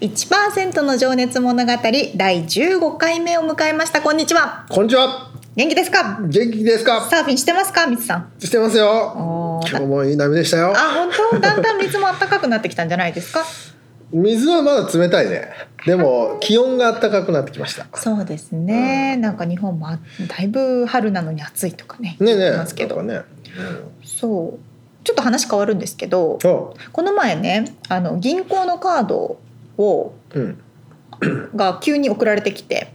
1%の情熱物語第15回目を迎えましたこんにちはこんにちは。元気ですか元気ですか。サーフィンしてますかみつさんしてますおよ。ー今日もいい波でしたよ。あ本当だんだん水も暖かくなってきたんじゃないですか水はまだ冷たいね。でも気温が暖かくなってきました。ねそうですね、なんか日本もあだいぶ春なのに暑いとかねえねえ。言ってますけど、なんかね。そうちょっと話変わるんですけどうんおこの前ねあの銀行のカードをうん。が急に送られてきて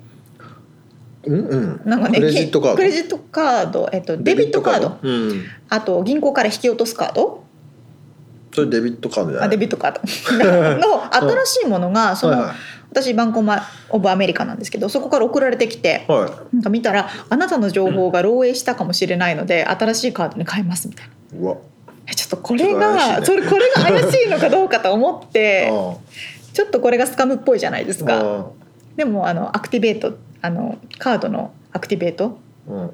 うんうん。なんかねクレジットカードきクレジットカード、えっと、デビットカードデビットカード。うん。あと銀行から引き落とすカードそれデビットカードじゃなあい。デビットカード の新しいものがその、はいはい私バンコマ・オブ・アメリカなんですけどそこから送られてきて。は。なんか見たらあなたの情報が漏洩したかもしれないので新しいカードに変えますみたいないうわ。えちょっとこれが、ちそょれこれが怪しいのかどうかと思 ってあちょっとこれがスカムっぽいじゃないですあかあでもあのアクティベートあのカードのアクティベートあ。うん。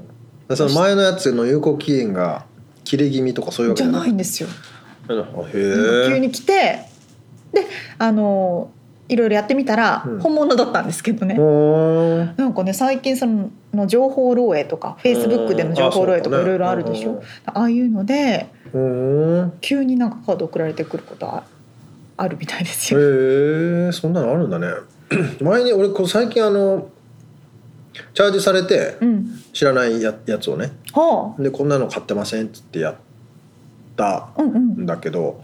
でその前のやつの有効期限が切れ気味とかそういうわけじゃないんですよ、ないの。あへ急え。に来てであのいろいろやってみたらうん本物だったんですけどね、おーなんかね最近そのの情報漏洩とかフェイスブックでの情報漏洩とかいろいろあるでしょ。ああいうのでうん。急になんかカード送られてくることはあるみたいですよ。へえそんなのあるんだね 前に俺こう最近あのチャージされてうん、知らないややつをねはでこんなの買ってませんっつってやったあ、うんうんん。だけど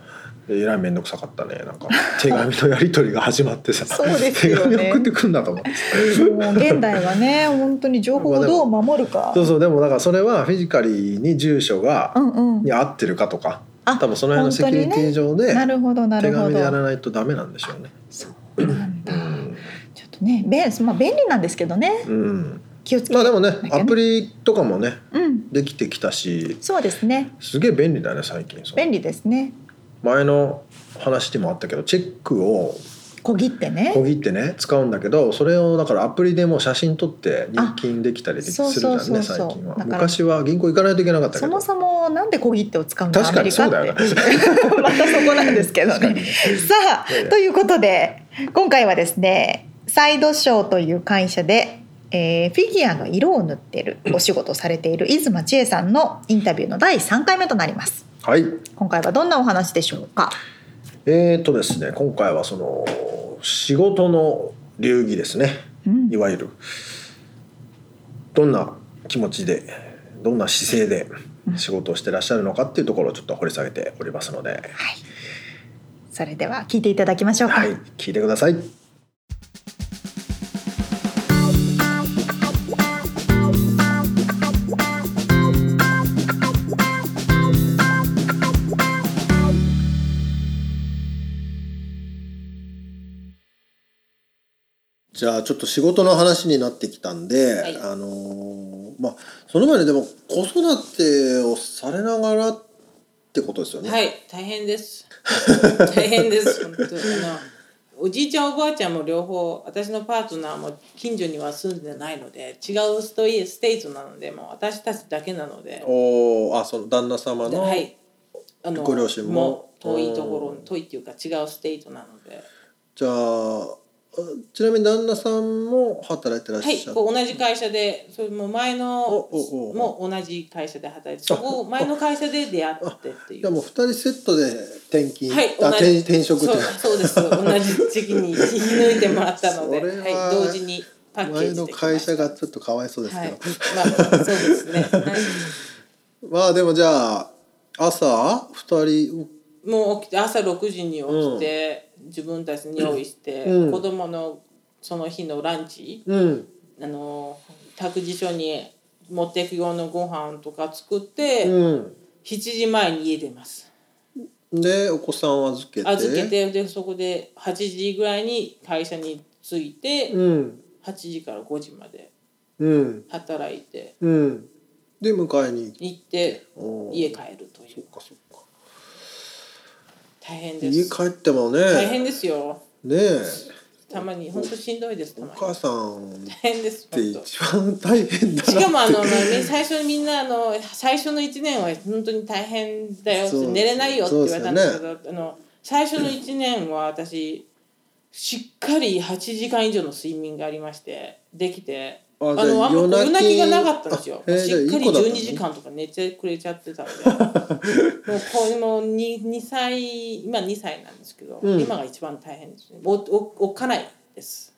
えらい面倒くさかったねな んか手紙のやり取りが始まってさそうですよね手紙送ってくんだと思ってもう現代はね本当に情報をどう守るかそ。うそうでもだからそれはフィジカリーに住所が、うんうんに。合ってるかとかあ多分その辺のセキュリティ上で、なるほどな手るほ紙でやど。らないとダメなんでしょうね。そうなんうだ。んちょっとね便まあ便利なんですけどねうん、気をつけまあて。でもねアプリとかもねうん。できてきたしそうですねすげえ便利だね最近そう便利ですね。前の話でもあったけどチェックを小切ってね。小切ってね使うんだけどそれをだからアプリでもう写真撮って入金できたりですあるじゃんそうねそうそう最そう近はだから昔は銀行行かないといけなかったけそどもそもなんで小切手を使うんだ確かにそうだよねアメリカって またそこなんですけど 確かにね。さあいやいやということで今回はですねサイドショーという会社で、えーフィギュアの色を塗っているお仕事をされている出馬千恵さんのインタビューの第3回目となります。はい今回はどんなお話でしょうか。えー、とですね今回はその仕事の流儀ですねうんいわゆるどんな気持ちでどんな姿勢で仕事をしてらっしゃるのかっていうところをちょっと掘り下げておりますのではい。それでは聞いていただきましょうか。はい、聞いてください。じゃあちょっと仕事の話になってきたんで、はいあのーまあその前にでも子育てをされながらってことですよね。、はいい、大変です。 大変です。本当あのおじいちゃんおばあちゃんも両方私のパートナーも近所には住んでないので違うストイステイトなのでもう私たちだけなので、おーあその旦那様の、はい、あのご両親も遠いとこうろ遠いっていうか違うステイトなので、じゃああちなみに旦那さんも働いてらっはいしゃ、る、こう同じ会社でそれも前のおおおも同じ会社で働いてそこ前の会社で出会ってっていうじゃあ。もう2人セットで転勤、はい、あ同転じ転職ってそういうそうです同じ時期に引き抜いてもらったのでそれははい、同時にパッケー前ジでのきま会した社がちょっとかわいそうですけはど、 いまあそうですね、はい、まあでもじゃあ朝2人もう起きて朝6時に起きて、自分たちに用意して、うん子供のその日のランチうんあの託児所に持っていく用のご飯とか作って、うん7時前に家出ますでお子さんを預けて預けてでそこで8時ぐらいに会社に着いて、うん8時から5時までうん働いてうんで迎えに行って行家帰帰るといそうっかそっか大変で家す帰ってもね大変ですよねえたまに本当しんどいですたおまに母さんっ大変ですて本当一番大変だなってしかもあの、まあね、最初にみんなあの最初の1年は本当に大変だよってそう寝れないよって言われたんですけそどあの最初の1年は私しっかり8時間以上の睡眠がありましてできてああじゃあのあんま夜泣夜泣ききがなかったんですよあへえしっかりじゃあいい子だったの12ね時間とか寝てくれちゃってたんでもうこれも 2, 2歳今2歳なんですけど、うん今が一番大変ですねおお置かないです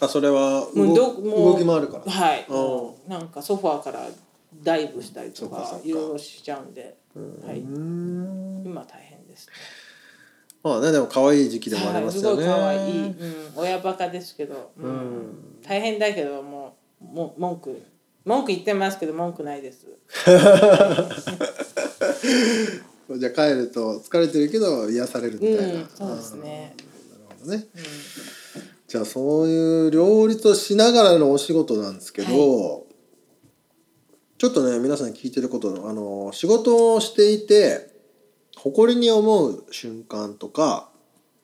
あそれはもうども動うき回るからはい、うんもうなんかソファーからダイブしたりとそうかそかうかいろいろしちゃうんで、はい、うん今大変です、まあねでも可愛い時期でもありはまい、すすごよいね可愛い、うん、親バカですけど、ううんん大変だけどもうも文句文句言ってますけど文句ないですじゃあ帰ると疲れてるけど癒されるうみたいな、んそうですね、なるほどねうん、じゃあそういう両立をしながらのお仕事なんですけど、ちょっとね皆さんに聞いてることのあの仕事をしていて誇りに思う瞬間とか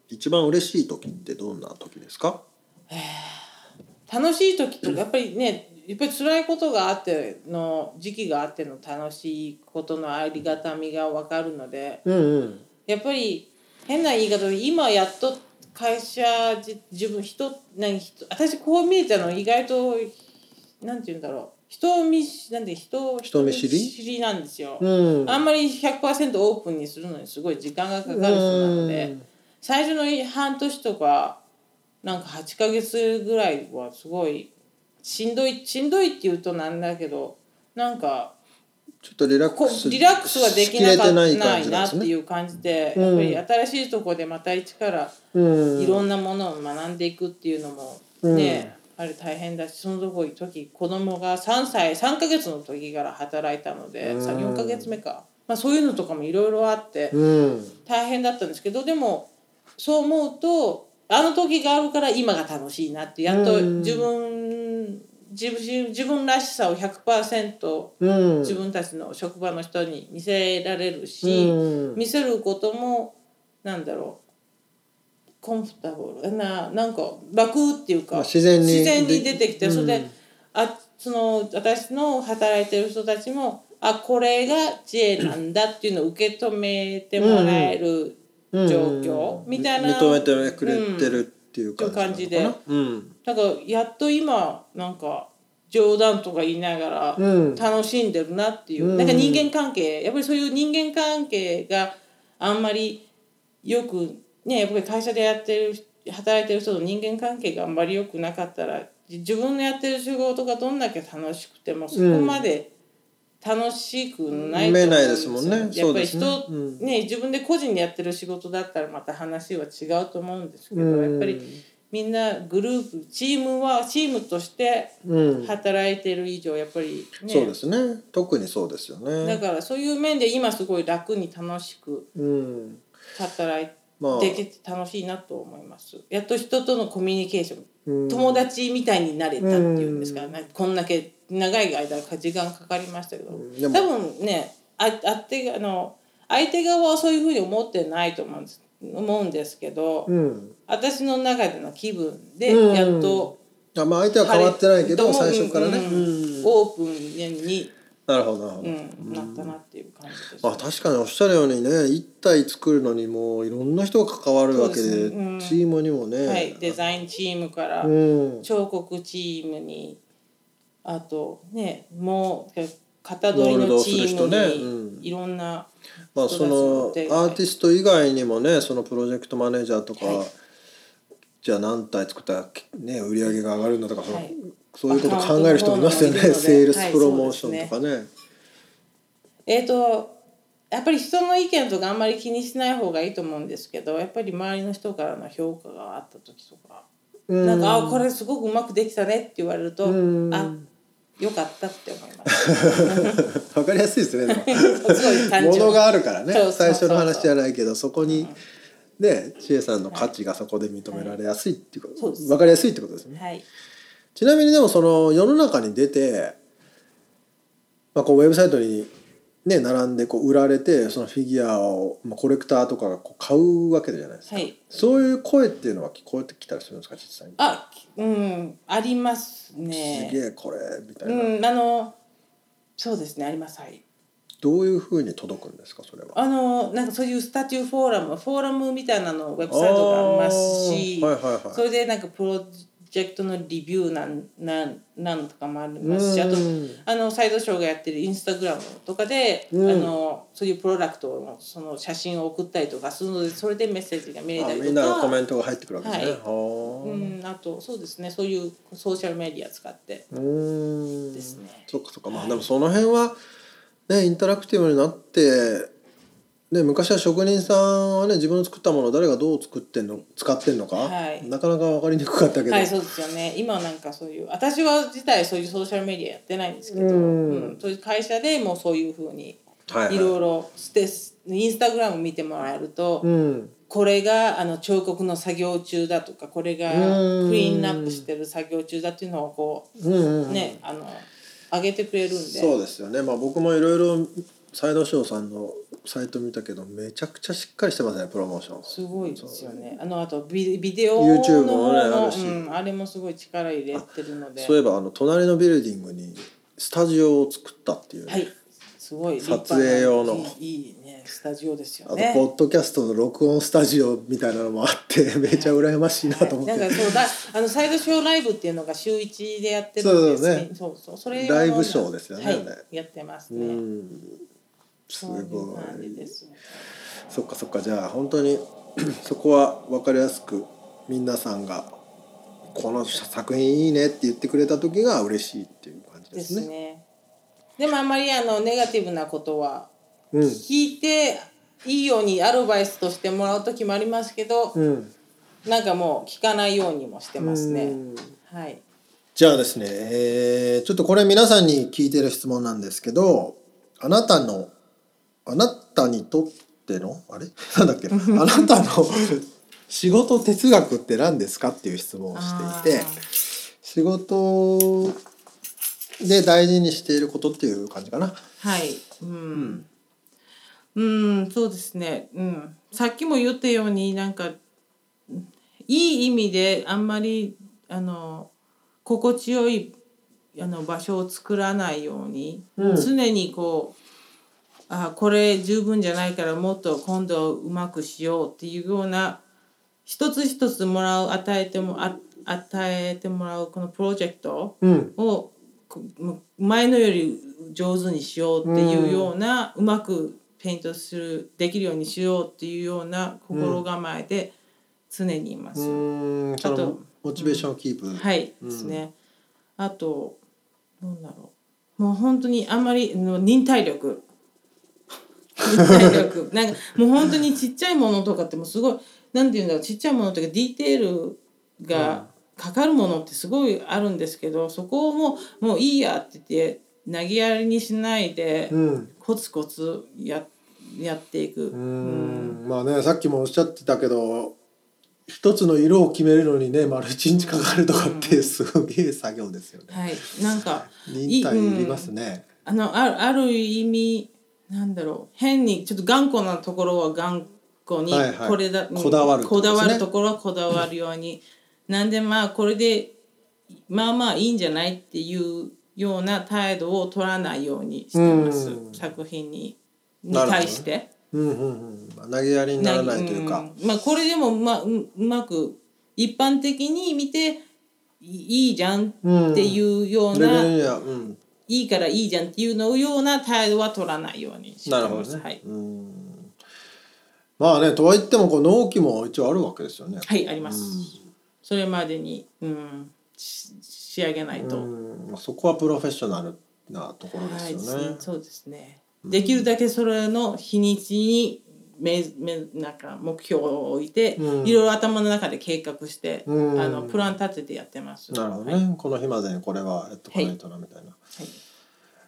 一番嬉しい時ってどんな時ですか楽しい時とかやっぱりねやっぱり辛いことがあっての時期があっての楽しいことのありがたみが分かるのでうんうんやっぱり変な言い方で今やっと会社じ自分人何人私こう見えたの意外となんて言うんだろう人見しなんで人人見知り人見知りなんですよ、うんあんまり100%オープンにするのにすごい時間がかかる人なので、最初の半年とかなんか8ヶ月ぐらいはすごいしんどいしんどいって言うとなんだけどなんかちょっとリラッこクスリラックスはできなかったしきれなて感いじんなでっすてねいう感じで、うんやっぱり新しいとこでまた一からうんいろんなものを学んでいくっていうのもね、あれ大変だしそのとこ時子供が3歳3ヶ月の時から働いたので、うんさ4ヶ月目か、まあ、そういうのとかもいろいろあってうん大変だったんですけどでもそう思うとあの時があるから今が楽しいなってやっとうん自分自分自分らしさを100%うん自分たちの職場の人に見せられるし、うん見せることもなんだろうコンフォータブルななんか楽っていうか、まあ自然に出てきて、うんそれであその私の働いてる人たちもあこれが J なんだっていうのを受け止めてもらえるうん状況みたいな認めてくれてるっていう感じなのかなうんっていうう感んだからやっと今なんか冗談とか言いながらうん楽しんでるなっていう、うんなんか人間関係やっぱりそういう人間関係があんまりよくねやっぱり会社でやってる働いてる人の人間関係があんまり良くなかったらじ自分のやってる仕事がどんだけ楽しくてもそこまで楽しくないと思うん見えないですもんねやっぱそうでり人すねねうん自分で個人でやってる仕事だったらまた話は違うと思うんですけど、うんやっぱりみんなグループチームはチームとしてうん働いてる以上やっぱりねそうですね特にそうですよだねからそういう面で今すごい楽に楽しくうん働いて。まあできて楽しいなと思います。やっと人とのコミュニケーション、うん友達みたいになれたっていうんですから、ね、こんだけ長い間時間かかりましたけど、んで多も分ね、ああってあの相手側はそういうふうに思ってないと思うんです思うんですけど、うん私の中での気分でうんやっと、あまあ相手は変わってないけど彼とも最初からねうんうんオープンに、なるほどなるほうどん、なったなっていう感じです、まあ確かにおっしゃるようにね一体作るのにもういろんな人が関わるわけそうでですねうんチームにもねはい、デザインチームからうん彫刻チームにあとねもう型取りモールドのをチするー人ねムうんにいろんな、まあ、そのアーティスト以外にもねそのプロジェクトマネージャーとか、はいじゃあ何体作ったら、ね、売り上げが上がるんだとか、そのはいそういうこと考える人もいますよね アカウントの方もいセるのでールスプロモーションとかね。えっ、とやっぱり人の意見とかあんまり気にしない方がいいと思うんですけどやっぱり周りの人からの評価があった時とか、なんか「あこれすごくうまくできたね」って言われると、うんあよかったって思います。 わかりやすいですねでもすごい単物純があるからねそうそうそう最初の話じゃないけどそこに、ね知恵さんの価値がそこで認められやすいっていうこと、そうですわかりやすいってことですね。はいちなみにでもその世の中に出て、まあ、こうウェブサイトにね並んでこう売られてそのフィギュアを、まあ、コレクターとかがこう買うわけじゃないですか、はいそういう声っていうのは聞こえてきたりするんですか実際に。あうんありますね。すげえこれみたいな、うん、あのそうですねありますはいどういうふうに届くんですかそれは。あのなんかそういうスタチューフォーラムフォーラムみたいなのウェブサイトがありますし、あーはいはいはいそれでなんかプロジェクトのリビューなんなんなんとかもありますしあとうんあのサイドショーがやってるインスタグラムとかで、うんあのそういうプロダクトのその写真を送ったりとかするのでそれでメッセージが見えたありみとんなかのコメントが入ってくるわけですね。はいうん、あとそうですねそういうソーシャルメディア使ってあーうーんですねそっかそっかまあでもその辺はねインタラクティブになって、ね、昔は職人さんはね自分の作ったものを誰がどう作ってんの使ってんのか、はいなかなか分かりにくかったけど、はいそうですよね今なんかそういう私は自体そういうソーシャルメディアやってないんですけど、うんうんそういう会社でもうそういうふうにはいはいいろいろステスインスタグラム見てもらえると、うん、これがあの彫刻の作業中だとかこれがクうんリーンアップしてる作業中だっていうのをこうんうんうう、んねあの上げてくれるんでそうですよねまあ僕もいろいろサイドショーさんのサイト見たけどめちゃくちゃしっかりしてますねプロモーションすごいですよねあのあとビビデオの YouTube もね方のあるしうん、あれもすごい力入れてるのでそういえばあの隣のビルディングにスタジオを作ったっていうね、はい、すごい立撮影用の派ないいいいねスタジオですあよと、ね。ポッドキャストの録音スタジオみたいなのもあって、めちゃ羨ましいなと思っなんて。かそうだあのサイドショーライブっていうのが週一でやってるんですね。そうそうそれ用のライブショーですよねはあい、やってますうね。ん。すそういうご感じい。です。そっかそっか、じゃあ、本当に。そこは分かりやすく、皆さんが。この作品いいねって言ってくれた時が嬉しいっていう感じでですすね。ね。でもあんまりあのネガティブなことはうん。聞いていいようにアドバイスとしてもらう時もありますけど、うん。なんかもう聞かないようにもしてますね。はい。じゃあですね、えーちょっとこれ皆さんに聞いてる質問なんですけど、あなたの、あなたにとっての、あれなんだっけ、あなたの仕事哲学って何ですかっていう質問をしていてあ、ー仕事で大事にしていることっていう感じかな。はい。うん。うん、そうですね。うん。さっきも言ったように、なんか、いい意味であんまり、あの、心地よい、あの、場所を作らないように、うん常にこう、あこれ十分じゃないからもっと今度うまくしようっていうような一つ一つもらう与えてもあ与えてもらうこのプロジェクト、うん。をこむ前のより上手にしようっていうような、うまくペイントするできるようにしようっていうような心構えで常にいます。うん、そあのとモチベーションキープ。はい、ですね。あとなんだろうもう本当にあんまりの忍耐力忍 耐力なんかもう本当にちっちゃいものとかってもうすごいなんていうんだろうちっちゃいものとかディテールがかかるものってすごいあるんですけどそこをもうもういいやって言って投げやりにしないで、うん。コツコツややっていく。ううんんまあねさっきもおっしゃってたけど一つの色を決めるのにね丸一日かかるとかってすげえ作業ですよね。はい、なんか忍耐いりますね。あのあるある意味なんだろう変にちょっと頑固なところは頑固に、はいはいこれだこだわるってこことですだねわるところはこだわるように、なんでまあこれでまあまあいいんじゃないっていうような態度を取らないようにしてます、うん作品にになるほどね対して。うんうんうん。投げやりにならないというか。うんまあ、これでもうまううまく一般的に見ていいいじゃんっていうようレベな、ルにはうんいいからいいじゃんっていうのような態度は取らないようにしてなるほまどす。ね。はい、うん。まあねとはいってもこう納期も一応あるわけですよね。はい、あります。それまでに、うん、し仕上げないと。うん。そこはプロフェッショナルなところですよね。はい、そうですね。できるだけそれの日にちにめめなんか目標を置いて、うんいろいろ頭の中で計画して、うんあのプラン立ててやってます。なるほどね、はいこの日までにこれはやっとかないとなみたいな、い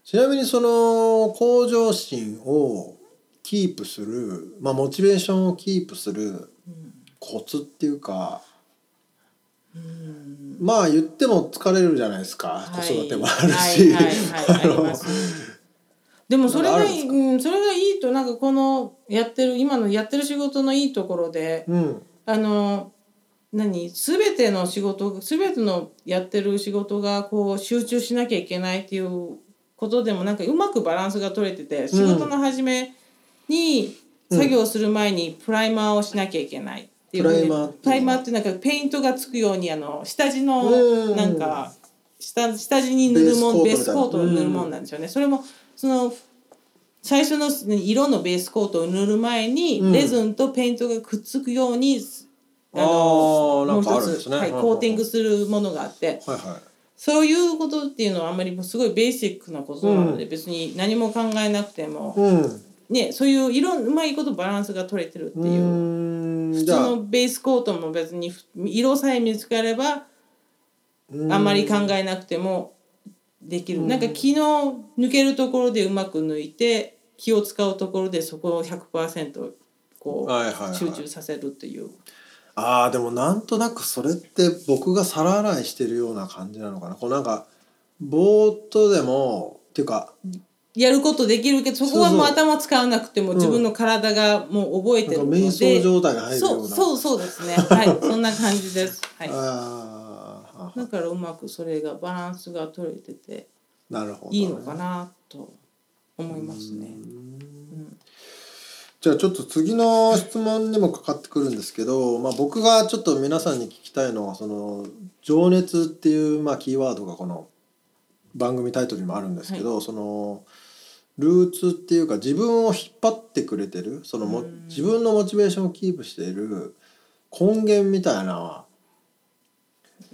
ちなみにその向上心をキープする、まあ、モチベーションをキープするコツっていうか、まあ言っても疲れるじゃないですか、はい子育てもあるし、はいはいはいあのありますでもそれがなんかあるんですいい、かうん、それがいいとなんかこのやってる今のやってる仕事のいいところで、うんあの何全ての仕事全てのやってる仕事がこう集中しなきゃいけないっていうことでもなんかうまくバランスが取れてて仕事の始めに作業する前にプライマーをしなきゃいけないっていうふうにプライマーっていうのはプライマーってなんかペイントがつくようにあの下地うのんなんか下下地に塗るもんベベーーススコーコートトみたをいな塗るもんなんですよね。それもその最初の色のベースコートを塗る前に、うんレズンとペイントがくっつくようにああーのなもんうかあ一るんですつ、ねはい、うんうんコーティングするものがあってはいはそういうことっていうのはあんまりもうすごいベーシックなことなので、別に何も考えなくていも、うんね、そういう色うまいことバランスが取れてるってういう。ーんじそゃあのベースコートも別に色さえ見つかればあまり考えなくてもできる、なんか気の抜けるところでうまく抜いて気を使うところでそこを100%こう、はいはいはい集中させるっていうああでもなんとなくそれって僕が皿洗いしてるような感じなのかなこうなんかぼーっとでもっていうかやることできるけどそこはもそううそう頭使わなくてもん自分の体がもう覚えなてんかるので、瞑想状態に入るよそううなそうそう ですねはいそんな感じですはいああだからうまくそれがバランスが取れててなるほどね、いいのかなと思いますねじゃあちょっと次の質問にもかかってくるんですけど、まあ、僕がちょっと皆さんに聞きたいのはその「情熱」っていうまあキーワードがこの番組タイトルにもあるんですけど、そのルーツっていうか自分を引っ張ってくれてるそのも自分のモチベーションをキープしている根源みたいな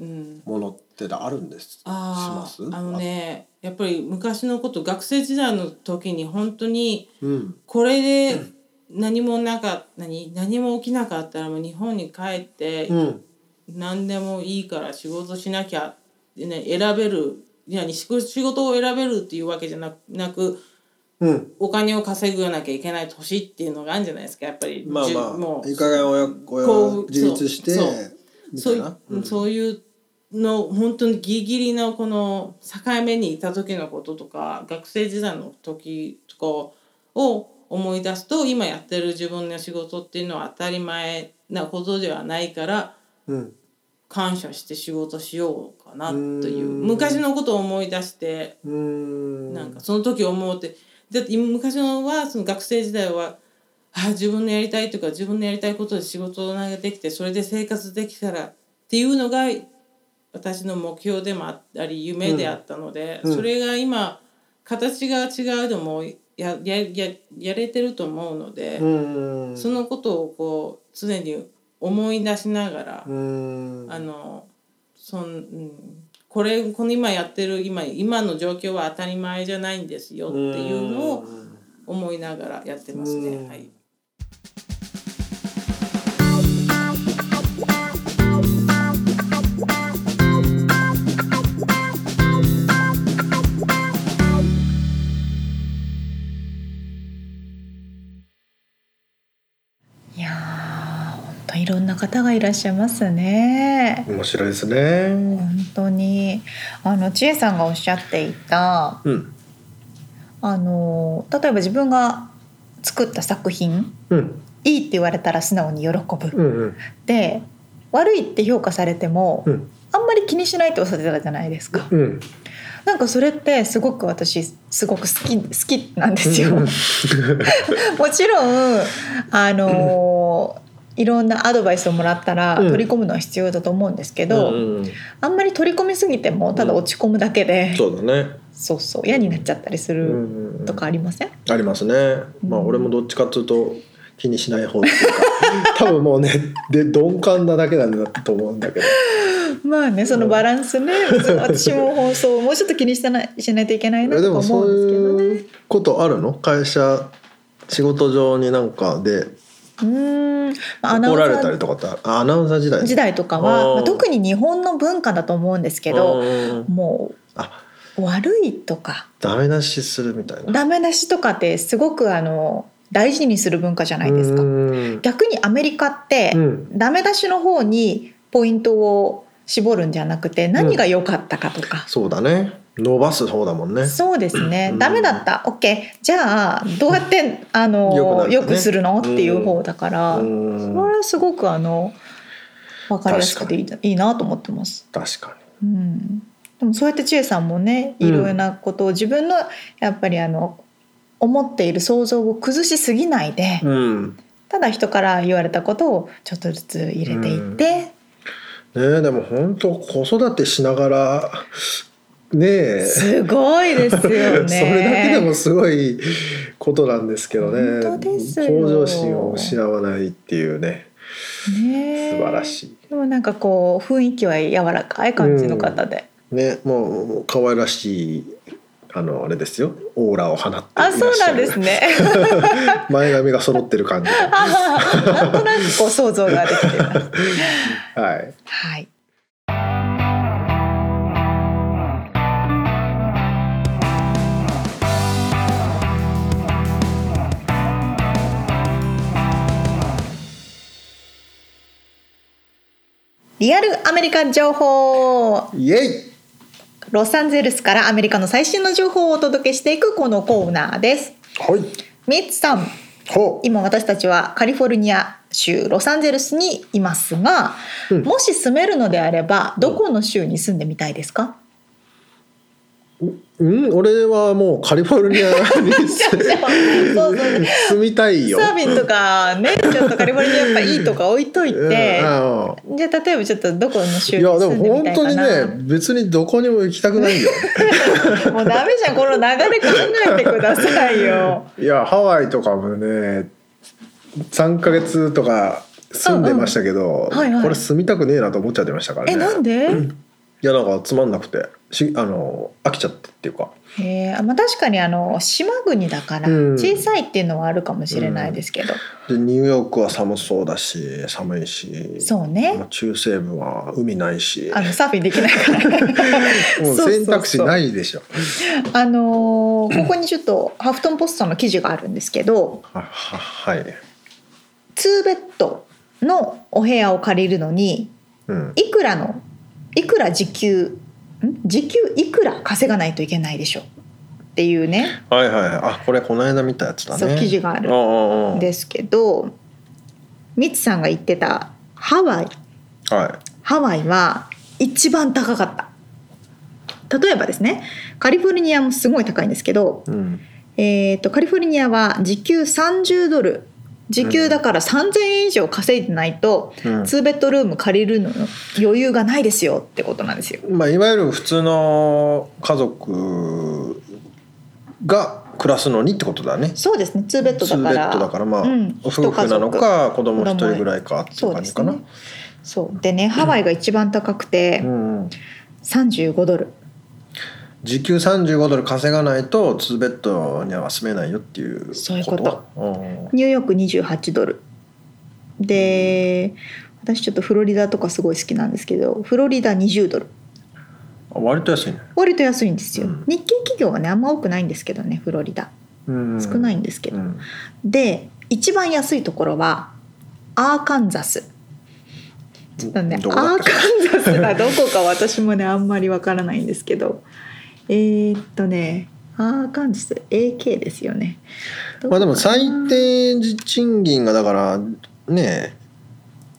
うんものってあるんですしまあすーあのねやっぱり昔のこと学生時代の時に本当にうんこれで何もなかっ何何も起きなかったらもう日本に帰ってうん何でもいいから仕事しなきゃって、ね、選べるいや仕仕事を選べるっていうわけじゃなくなくうんお金を稼ぐなきゃいけない年っていうのがあるんじゃないですかやっぱり、まあじゅまあもういい加減親こ親う自立してそみたうそういいなう。そういうの本当にギリギリのこの境目にいた時のこととか学生時代の時とかを思い出すと今やってる自分の仕事っていうのは当たり前なことではないからうん感謝して仕事しようかなといううーん昔のことを思い出してうーんなんかその時思うってだって昔のはその学生時代はあ自分のやりたいとか自分のやりたいことで仕事ができてそれで生活できたらっていうのが私の目標でもあったり夢であったので、うんうんそれが今形が違うでもややややれてると思うので、うんそのことをこう常に思い出しながら、うんあのそん、うん、これこの今やってる今今の状況は当たり前じゃないんですよっていうのを思いながらやってますうんね。はい。いやー本当いろんな方がいらっしゃいますね面白いですね。本当にあの千恵さんがおっしゃっていたうんあの例えば自分が作った作品うんいいって言われたら素直に喜ぶ、うんうんで悪いって評価されても、うんあんまり気にしないっておっしゃってたじゃないですか、うん。なんかそれってすごく私すごく好き好きなんですよ、 もちろんあのいろんなアドバイスをもらったらうん取り込むのは必要だと思うんですけど、うんうんあんまり取り込みすぎてもただ落ち込むだけで、そうだね。そうそう嫌になっちゃったりすうるんうんとかありません、ありますね。まあ俺もどっちかというと気にしない方っていうか 多分もうねで鈍感なだけなんだと思うんだ けどまあねそのバランスね私も放送をもうちょっと気にしてないしないといけないなえでとかも思そううんですけどねういうことあるの会社仕事上になんかでうーんまあアナウン怒サらーれたりとかってあるあアナウンサー時代時代とかは、うんまあ特に日本の文化だと思うんですけうど、んもあう悪いとかダメ出しするみたいなダメ出しとかってすごくあの大事にする文化じゃないですか。うん逆にアメリカって、うんダメ出しの方にポイントを絞るんじゃなくて何が良かったかとか、そうだね伸ばす方だもんねそうですね、うんダメだった OK じゃあどうやってあのよくなよるく,、かねするのっていう方だから、うんこれはすごくあの分かりやすくていいないいなと思ってます。確かうん、でもそうやって千恵さんもねいろいろなことを自分のやっぱりあの思っている想像を崩しすぎないで、にうんただ人から言われたことをちょっとずつ入れていって、ねえでも本当子育てしながらねえすごいですよね。 それだけでもすごいことなんですけどね本当ですよ向上心を失わないっていうねね素晴らしい。でもなんかこう雰囲気は柔らかい感じの方で、ね、もうもう可愛らしいあのあれですよオーラを放っていらあっしゃるそうなんですね前髪が揃ってる感じは なんとなくこう想像ができてますいはいリアルアメリカ情報イエイロサンゼルスからアメリカの最新の情報をお届けしていくこのコーナーです。はいミッツさん、ほう今私たちはカリフォルニア州ロサンゼルスにいますが、うんもし住めるのであればどこの州に住んでみたいですか？うん俺はもうカリフォルニアにそうそうね 住みたいよサーフィンとかね、ちょっとカリフォルニアやっぱいいとか置いといて、うんああじゃあ例えばちょっとどこの州いにやで住もんでみ本たい当かにな。ね別にどこにも行きたくないよもうダメじゃんこの流れ考えてくださいよ。いやハワイとかもね3ヶ月とか住んでましたけど、うんはいはいこれ住みたくねえなと思っちゃってましたから ねえなんで？いやなんかつまんなくてしあの飽きちゃってっていうかえーまあ、確かにあの島国だからうん小さいっていうのはあるかもしれないですけど、でニューヨークは寒そうだし寒いしそうねまあ中西部は海ない しあのサーフィンできないから もう選択肢いないでしょあのーここにちょっとハフトンポストの記事があるんですけどはははい、 2ベッドのお部屋を借りるのにうん、いくらのいくら時給ん時給いくら稼がないといけないでしょうっていうねはいはいはいあこれこの間見たやつだねそう記事があるうんうんうんですけどミツさんが言ってたハワイはハワイは一番高かった例えばですねカリフォルニアもすごい高いんですけど、い、うん、えー、とカリフォルニアは時給30ドル時給だから3,000円以上稼いでないと、うんツー2ベッドルーム借りるの余裕がないですよってことなんですよ。まあ、いわゆる普通の家族が暮らすのにってことだね。そうですね2ベッドだツーかベッらドだからまあ、うん夫婦なのか子供一人ぐらいかっていそうう感でじすかな。ねそうでねハワイが一番高くてうんうん35ドル時給35ドル稼がないと2ベッドには住めないよっていうことそういうことうんニューヨーク28ドルで私ちょっとフロリダとかすごい好きなんですけどフロリダ20ドルあ割と安いね、割と安いんですよ、うん日系企業はねあんま多くないんですけどねフロリダうん少ないんですけど、うんで一番安いところはアーカンザスちょっとねアどーこだカっンけザスがどこか私もねあんまりわからないんですけどえーっとねアーカンザス AK ですよねまあでも最低時賃金がだからね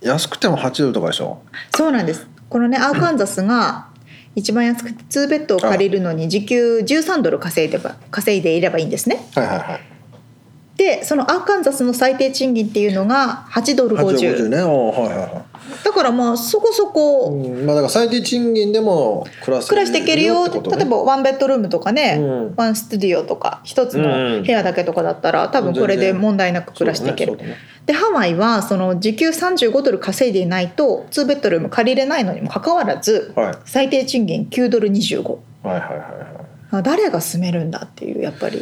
え安くても8ドルとかでしょそうなんですこのねアーカンザスが一番安くて2ベッドを借りるのに時給13ドル稼いでば稼いでいればいいんですねはいはいはいでそのアーカンザスの最低賃金っていうのが8ドル8ドル50 50ねおーはいはいはいだからまあそこそこうんまあだから最低賃金でも暮らせ暮らしていけるよ、ってことね例えばワンベッドルームとかね、うんワンスタジオとか一つの部屋だけとかだったら多分これで問題なく暮らしていける、そうだねでハワイはその時給35ドル稼いでいないと2ベッドルーム借りれないのにもかかわらずそうだね最低賃金9ドル25はい、はいはいはいはいあ誰が住めるんだっていうやっぱり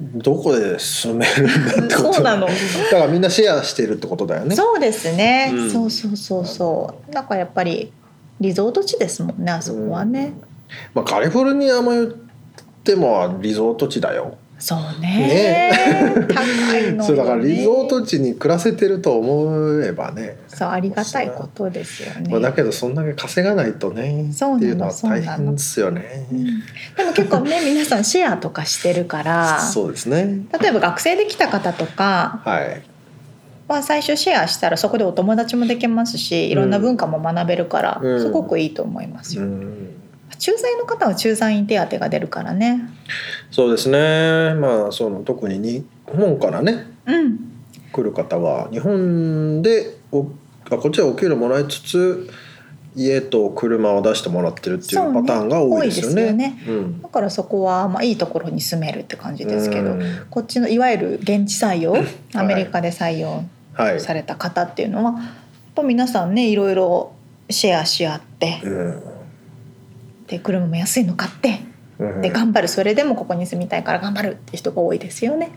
どこで住めるんだってことそうなのだからみんなシェアしてるってことだよねそうですね、うんそうそうそうそうなんかやっぱりリゾート地ですもんねあそこはね、まあカリフォルニアも言ってもリゾート地だよそうね ね高いのよ、ね、そうだからリゾート地に暮らせてると思えばね、そうありがたいことですよねまあ、だけどそんだけ稼がないとねそうなのっていうのはそうな大の変ですよねうんでも結構 ね皆さんシェアとかしてるからそうですね例えば学生で来た方とかはいは最初シェアしたらそこでお友達もできますしいろんな文化も学べるから、うんすごくいいと思いますうよ、ん駐在の方は駐在員手当が出るからねそうですねまあその特に日本からねうん来る方は日本でおあこっちはお給料もらいつつ家と車を出してもらってるっていそううねパターンが多いですよね。多いですうんだからそこはまあいいところに住めるって感じですけど、うんこっちのいわゆる現地採用 アメリカで採用はい。された方っていうのは、やっぱ皆さんねいろいろシェアし合って、うんで車も安いの買ってうんで頑張るそれでもここに住みたいから頑張るって人が多いですよね。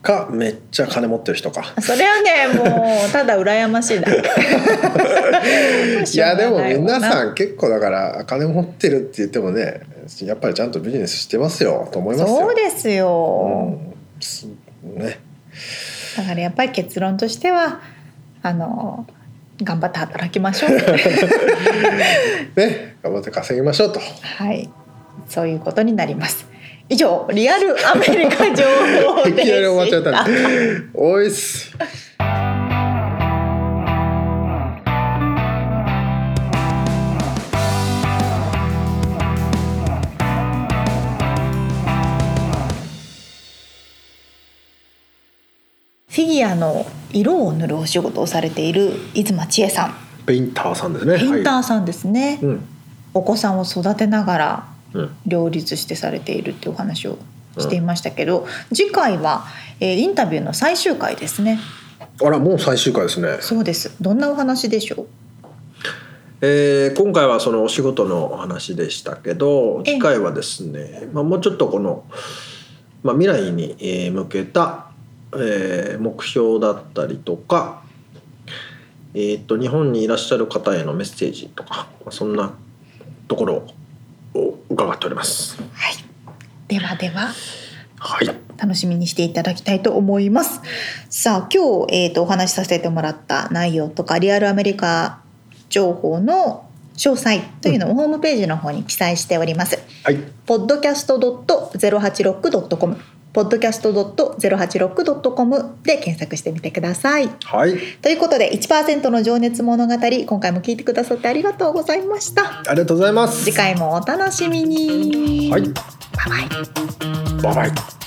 かめっちゃ金持ってる人か。それはねもうただ羨ましいだけ。 いやでも皆んさん結構だから金持ってるって言ってもねやっぱりちゃんとビジネスしてますよと思いますよ。そうですよ、うんね。だからやっぱり結論としてはあの頑張って働きま しょうね頑張って稼ぎましょうと。はいそういうことになります以上リアルアメリカ情報い できなり終わっちゃったしね。おいっす。フィギュアの色を塗るお仕事をされている出馬千恵さんペインターさんですね。ペインタはーさんですね、い、うんお子さんを育てながらうん。両立してされているっていうお話をしていましたけど、次回は、えーインタビューの最終回ですねあらもう最終回ですね。そうですどんなお話でしょうえー今回はそのお仕事のお話でしたけどええ次回はですね、まあ、もうちょっとこの、まあ、未来にえー向けた、えー目標だったりとか、えー、と日本にいらっしゃる方へのメッセージとかまあそんなところを伺っております。はいではでははい、楽しみにしていただきたいと思いますさあ今日、えー、とお話しさせてもらった内容とかリアルアメリカ情報の詳細というのをホームページの方に記載しております、はい、 podcast.086.com podcast.086.com で検索してみてください。はい、ということで1%の情熱物語今回も聞いてくださってありがとうございました。ありがとうございます。次回もお楽しみに。はい、バイバイ。バイバイ